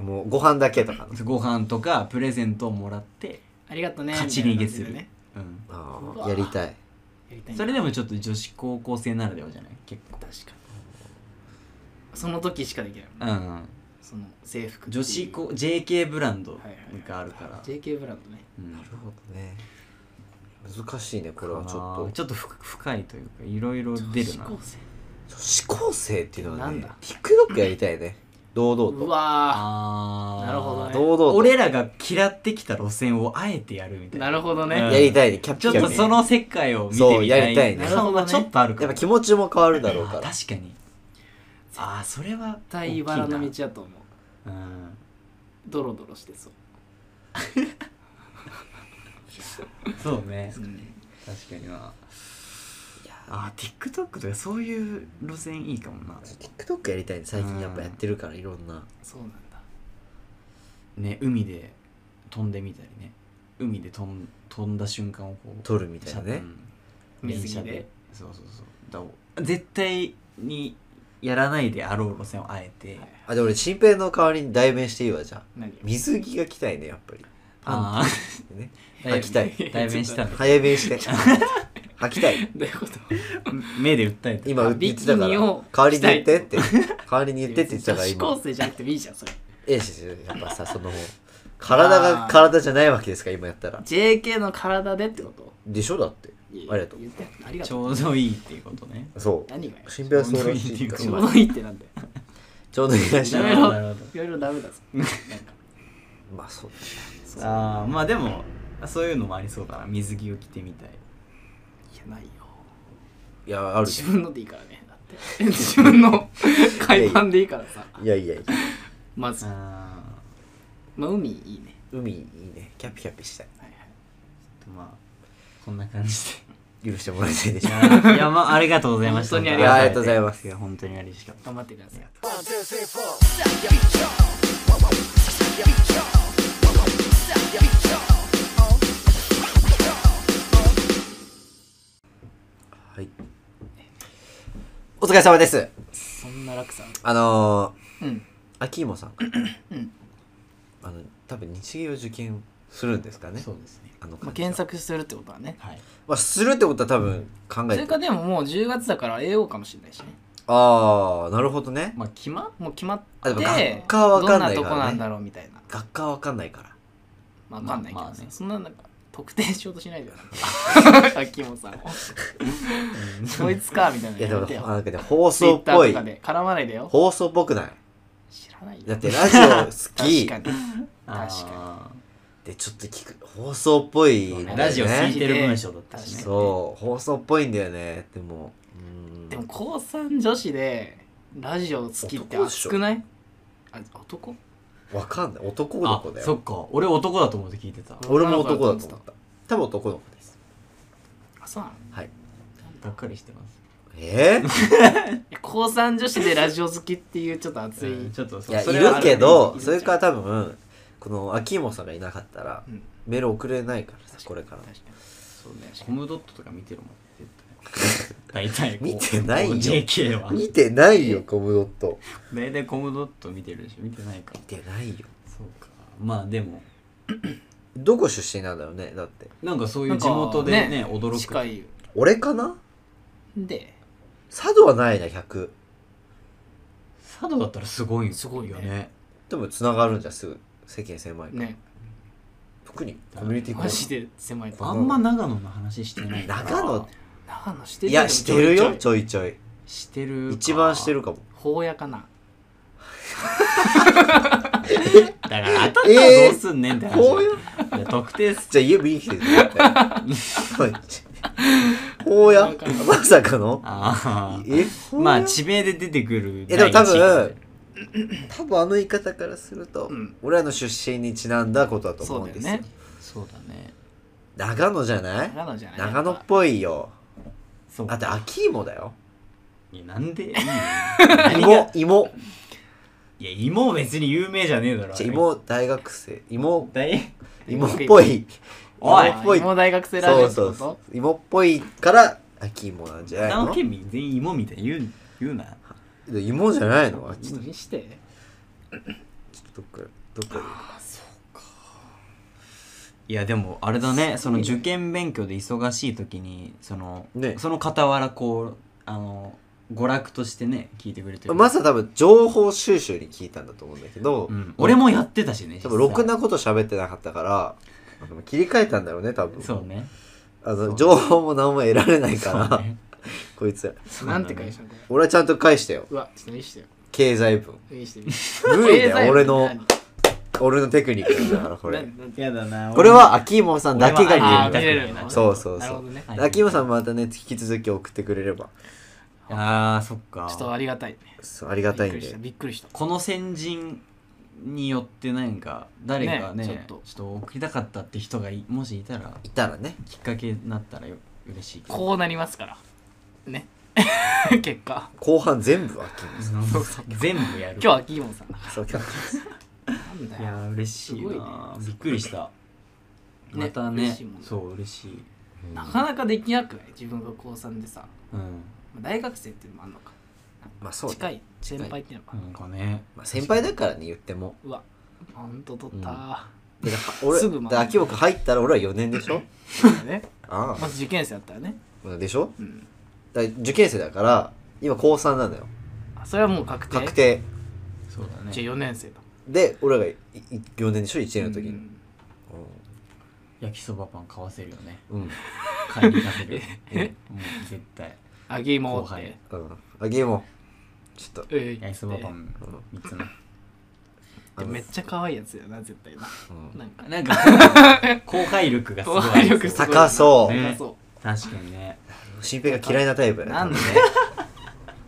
もう、ご飯だけ <laughs> とかの。つご飯とかプレゼントをもらって、ありがとね勝ち逃げするみたいな感うん、あうーわやりたい。じでねやりたいんだそれでもちょっと女子高校生ならではじゃない結構確かにその時しかできないもんねうんその制服っていう女子高 JK ブランドはいはいがあるから、 JK ブランドねうんなるほどね。難しいね、これはちあょーっと。ちょっとふ深いというかいろいろ出るな女子高生女子高生っていうのはねなんだ、 TikTok やりたいね。堂々うと。わあーなるほどね堂々と。俺らが嫌ってきた路線をあえてやるみたーいななるほどねうんやりたいね、キャちょピっキャとピ。その世界を見てそうみやたりたいいね感はちょっとあるかやっもぱ気持ちも変わるだろうあから。確かにああそれは絶大き対いな茨の道だと思ううんドロドロしてそうそうねうん確かになあー TikTok とかそういう路線いいかもな TikTok やりたいね、最近やっぱやってるから、いろんな。そうなんだね海で飛んでみたりね海で飛ん飛んだ瞬間をこう撮るみたいなシャねう。ん電水着車ででそうそうそうだ絶対にやらないであろう路線をあえて、あ、でも俺、新平の代わりに代弁していいわ、じゃあ。何水着が着たいね、やっぱり。あね。あー履きたい。 <laughs> 代弁したんだ早弁して。履きたい。どういうこと目で訴えて今あ言ってたから。ビ代キニをわりに言ってって。代わりに言ってって言ってたから、女子今高。生じゃなくてもいいじゃんそれええし、やっぱさ、その、体が体じゃないわけですから、今やったら。 JK の体でってことでしょだって。ありがとう言ってありがちとうょうどいいっていうことねそう。何がよ新平はそうらしいから。ちちょう今どいいってなんだよちょうどいいらしいやなめるろいほどなるほろいろダメだぞなんかまあそうだね。どああまあでもそういうのもありそうだな水着を着てみたいいやないよいや、あるじ自分のでいいからねだって自分の海パンでいいからさゃん。いやいやいや。まずああまあ海いいね海いいね。キャピキャピしたい。まあこんな感じ許してもらえないで <laughs> しょうか。でいやまあありがとうございました本当にありがとうありがとうございますいや本当に嬉しかった頑張ってくださいはい。お疲れ様です。そんな楽さんあのうんー、秋芋さん。あの、多分日芸を受験するんですかね。そうですねあの、まあ、検。索するってことはねはいまあ、するってことは多分考そえれてか。でももう10月だから AO かもしれないしねああ、なるほどね。まあ決まっもう決まっあでもて学科は分かんないからねどんなとこなんだろうみたいな学科はわかんないから。まあ分かんないけどまあまあねねそんななんか特定しようとしないでよ <laughs> 秋元さんをこいつかみたいなのいや、でやも、めてよなんかね、放ツイ送ッっターぽといか。で絡まないでよ放送っぽくない知らないよだってラジオ好確きか。にあー確かで、ちょっと聞く。放送っぽいんだよね。ラジオ好聞きいてる文章だったしねそう、放送っぽいんだよね。でも、うん。でも高3女子でラジオ好きって熱くないあ男わかんない。男のあ子だよ。そっか俺男だと思って聞いてた俺も男だと思った。多分男の子です。あそうなのはい。ばっかりしてますえいや高3女子でラジオ好きっていうちょっと熱い、うんちょっとそー、いや、それいはあるけど、いるそれから多分、この秋元さんがいなかったら、うんメール送れないからさ、これから確。かにそうねコムドットとか見てるもん絶対大体こう見てないよ JK は見てないよ、コムドット。大体コムドット見てるでしょ見てないか見てないよ。そうかまあでもどこ出身なんだろうねだってなんかそういう地元でね驚く近い俺かなんで佐渡はないな100佐渡だったらすごいよすごいねでもつながるんじゃんすぐ世間狭いから、ね特にコミュニティコマージで狭いあんま長野の話してないから長野長野してるいやしてるよちちょいちょいしてるか一番してるかもほうやかなだから当たったらどうすんねんって話、こういういや特定すじゃあ家見に来てるほうやまさかのあえあほうやまあ地名で出てくるえでも多分第一位多分あの言い方からすると、うん俺らの出身にちなんだことだとそ思ううんだですよよねそうだね長野じゃない長野じゃない長野っやぱぽいよそうだって秋芋だよいやなんでいいよ <laughs> 何が芋芋いや芋別に有名じゃねえだろじゃあ芋大学生芋大芋っぽいおい芋っぽいもう大学生ラジそオうそってことうそう芋っぽいから秋芋なんじゃない長野の県民全員芋みたいに言う言うな芋じゃないのあちちょっょっと見してとどっからどっからいやでもあれだねその受験勉強で忙しい時にその、ねその傍らこうあの娯楽としてね聞いてくれてるまずは多分情報収集に聞いたんだと思うんだけど、うん、俺もやってたしね多分ろく実際なこと喋ってなかったからあの切り替えたんだろうね多分そうねあのう情報も何も得られないかそら、うねこいつらそうだなねんて会社のこれ俺はちゃんと返したようわちょっと見してよ経済文見して見して無理だ経済よ部俺の何俺のテクニックだからこれ何何やだなこれは秋芋さんだけが俺は言あえー見るれるのそうそうそうなるほどねはい秋芋さんまたね引き続き送ってくれればあーそっかちょっとありがたいねそうありがたいんびっくりでしたびっくりしたこの先人によってなんか誰かねねちちょょっっとと送りたかったって人がいもしいたらいたらねきっかけになったらよ嬉しいけどこうなりますからね <laughs> 結果後半全部秋芋うん全部やる今日はキーモンさんだそう今日なんだいよやー嬉しすいなごびっくりしたねまたね嬉しいもんねそう嬉しいなかなかできなくない自分が高3でさうんまあ大学生っていうのもあんのかまあそうね近い先輩っていうのかなんかねまあ、先輩だからね言ってもうわほんと取ったで俺すぐまで秋葉君入ったら俺は4年でしょーねあまず受験生だったらねあでしょうんだから受験生だから今高3なんだよあそれはもう確定確定そうだねじゃあ4年生だで俺らが4年でしょ1年の時にうん焼きそばパン買わせるよねうん買いに行か <laughs> せるうんうん絶対あげ芋後っ輩てうんあげもちょっとえ焼きそばパン3つのあのめっちゃ可愛いやつやな絶対なうんなんかなんか <laughs> 後輩力がすごい後輩力すごい高そうね高そ確かにね新平が嫌いなタイプうだなんで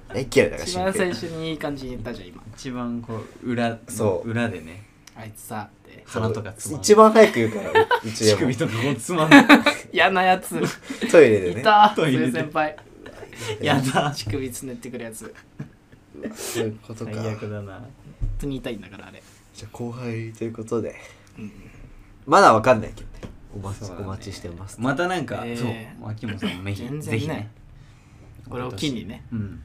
大嫌いだから一新番最平初にいい感じに言ったじゃん今一番こう裏そう裏でねあいつさってそう鼻とかつまんで一番早く言うからうち <laughs> 乳でも首とかもつまんで嫌な <laughs> やつトイレでいねたそトうイレでいう先輩やだ乳首つねってくるやつそういうことか最悪だな本当に痛いんだからあれじゃあ後輩ということでまだわかんないけどねお待そうちだおね待ちしてますまたなんかえーそう秋元さんもぜひ全然ねぜひねこれを機にねうん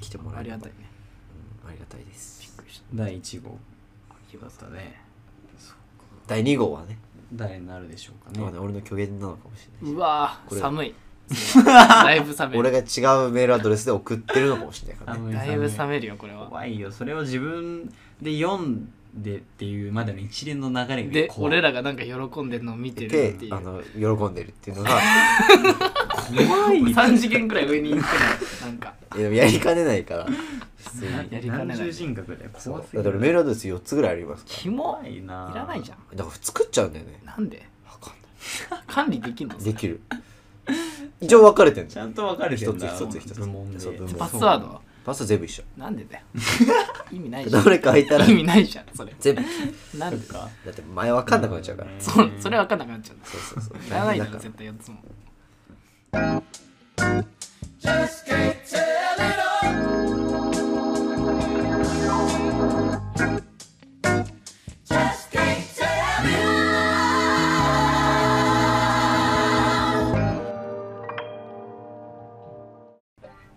来てもらあえりればがたいねありがたいです第1号秋元さんね第2号はね誰になるでしょうかまあねね俺の虚言なのかもしれないうわこーれ <laughs> 寒いだいぶ寒い俺が違うメールアドレスで送ってるのかもしれないからね寒だいぶ冷めるよこれは怖いよそれを自分で読んでっていうまでの一連の流れがで怖い俺らがなんか喜んでるのを見てるでっていあうの喜んでるっていうのが <laughs> 怖いよ3次元くらい上に行ってないな <laughs> んかいややりかねないから普通になやりかねない何重人格だよそう怖すだぎってる俺メールアドレス4つぐらいありますかキモ怖いないいらないじゃんらだから作っちゃうんだよねなんでわかんな <laughs> 管理できんのいできる一応分かれてんちじゃんゃんと分かれてんだ一つ一つ一つ部門でそう部門パスワードはパスは全部一緒なんでだよ意味ないじゃどれか空いたらん意味ないじゃんそれ全部なんでかだって前分かんなくなっちゃうからそうそれ分かんなくなっちゃうそうそうそういらないのよだか絶対4つも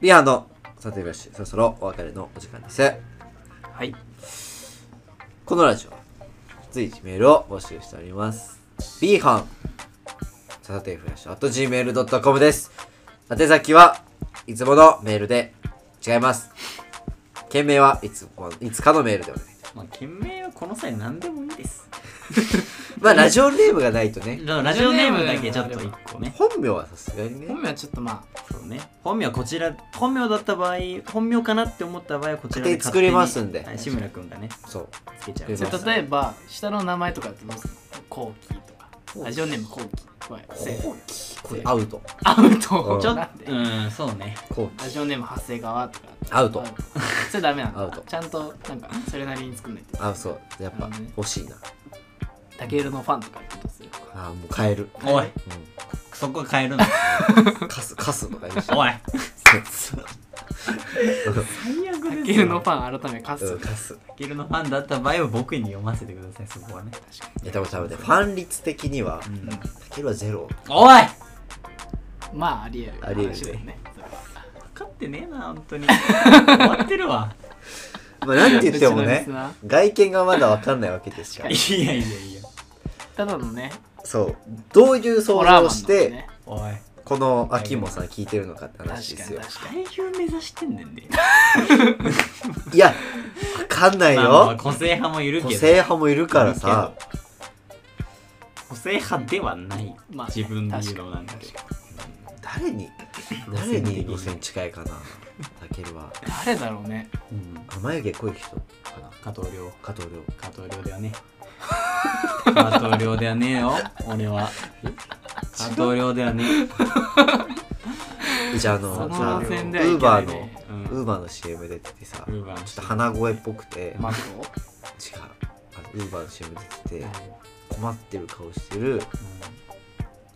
リハのサテブラシそろそろお別れのお時間ですはいこのラジオはいメールを募集しております。B 班、サタデーフラッシュ、あと gmail.com です。宛先はいつものメールで違います。件名はいつもいつかのメールでお願いします。まあ、件名はこの際何でもいいです。まあ、ラジオネームがないとね、ラジオネームだけちょっと一個ね。本名はさすがにね本、名はちょっとまあそうね。本名はこちら、本名だった場合、本名かなって思った場合はこちら勝手に作りますんではい、志村くんがね、そう。つけちゃう。でそそうれ例えば下の名前とかってどうするのコウキとかラジオネームコウキはセーフこれアウト。アウトうんちちょょっっとと、うん、そうね。こラジオネーム長谷川とかアウトそれダメなんだアウトちゃんとなんかそれなりに作んないとう。あ、そう。やっぱあのね欲しいな。タケルのファンとかってどうするあ、もう変える。おい、うそこは変える <laughs> の。ん。カス、カスとか <laughs> にして。おい、最悪タケルのファン改めカス、うん、カス。ギルのファンだった場合は僕に読ませてください、そこはね。いや、でも多分ね、ファン率的には、タケルはゼロ。おいまあありえるありえるね話だよねそれは分かってねえな、本 <laughs> 当に。終わってるわ。まあ、なんて言ってもねうちのリスナー、外見がまだわかんないわけですからい。やいやいや。ただのねそう。どういう想ホラ像ーマンをして、だもんねおい。この秋もさん聞いてるのかって話確でかすよ。に確かに代表目指してんねんで。いや、わかんないまあまあよ。個性派もいるけ個ど。性派もいるからさ。個性派ではない、まあね自分で言うのなんだけ確ど誰に、誰に路線近いかな、タケルは。誰だろうねうん、あ、眉毛濃い人かな。加藤亮加藤亮。加藤亮ではね加藤亮ではねえよ俺は加藤亮ではねじゃあ、あの、そさのウ路線ではいーけなバいーのね、え、うん、ウーバーの CM 出ててさ、ウちょっーバーのと人鼻声っぽくて、マ <laughs> グ違う。あのウーバーの CM 出ててうん、困ってる顔してる、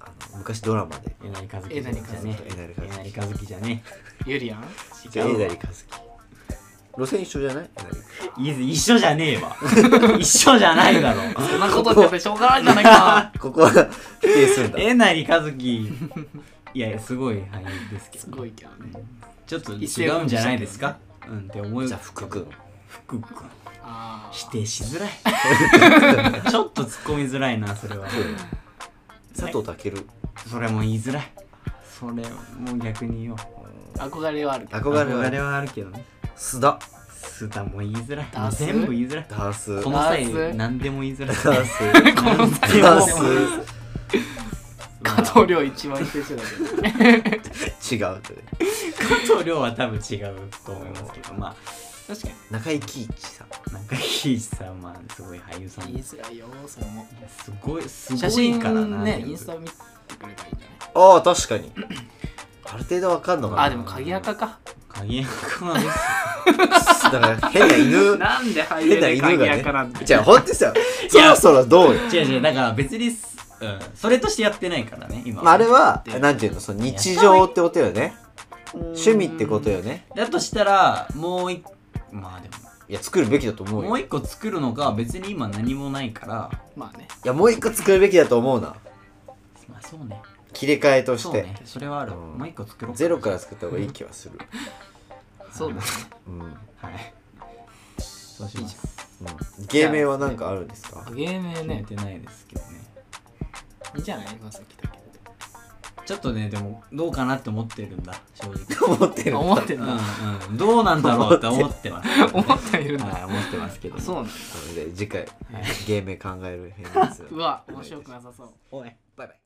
あの昔ドラマで。えなりかずきじゃねえなりかえずきなりかずきじゃねユリアンじゃあ、えなりかずき。路線一緒じゃないえなりいや一緒じゃねえわ一緒じゃないだろそんなこと言ってしょうがないんじゃないかここは否定するんだ。えなりかずきいやいやすごい俳優ですけなどすごいけどねちょっと違うんじゃないですかうんって思うじゃあ、福君。福君ああ否定しづらいちょっと突っ込みづらいなそれは佐藤健。それも言いづらいそれもう逆に言おう憧れはあるけど憧れはあれる。はあるけどね須田。須田も言いづらいダンス全部言いづらいダース。こダの際ダンス何でも言いづらーいス。<laughs> この際ダはー加藤亮一番否定してたけどねス。違うとね。加藤亮は多分違うと思いますけどま確か中井貴一さん。あ中井貴一さんはすごい俳優さんに言でいづらいよそれもすごいす写ごい真からなね全部インスタ見てくればいいんじゃないああ、確かに。ある程度わかんのかな。あでも鍵垢か影山君はだから変な犬。 <laughs> なんで俳優変なで犬鍵が垢なんね。てじゃあ、ほんとさ、そろそろどうよ。違う違うだから別に、うん、それとしてやってないからね今まあ、あれは、なんていうの、その日常ってことよね。趣味ってことよね。だとしたらもう一まあでもいや、作るべきだと思うよ。もう一個作るのが別に今何もないからまあねいや、もう一個作るべきだと思うな。まあそうね切り替えとそしうて。ねそれはある、うんもう一個作ろうゼロから作った方がいい気はする。そうだねうん。はいそうしますうん芸名は何かあるんですか芸名決めねてないですけどねいいんじゃない今さっきだけどちょっとねでもどうかなって思ってるんだ正直思ってるあ思ってんうだんうんどうなんだろうって <laughs> 思ってます思ってはいるんだはい思ってま <laughs> すけどそうなんだなので次回芸名考える編です <laughs> うわ面白くなさそう <laughs> おいバイバイ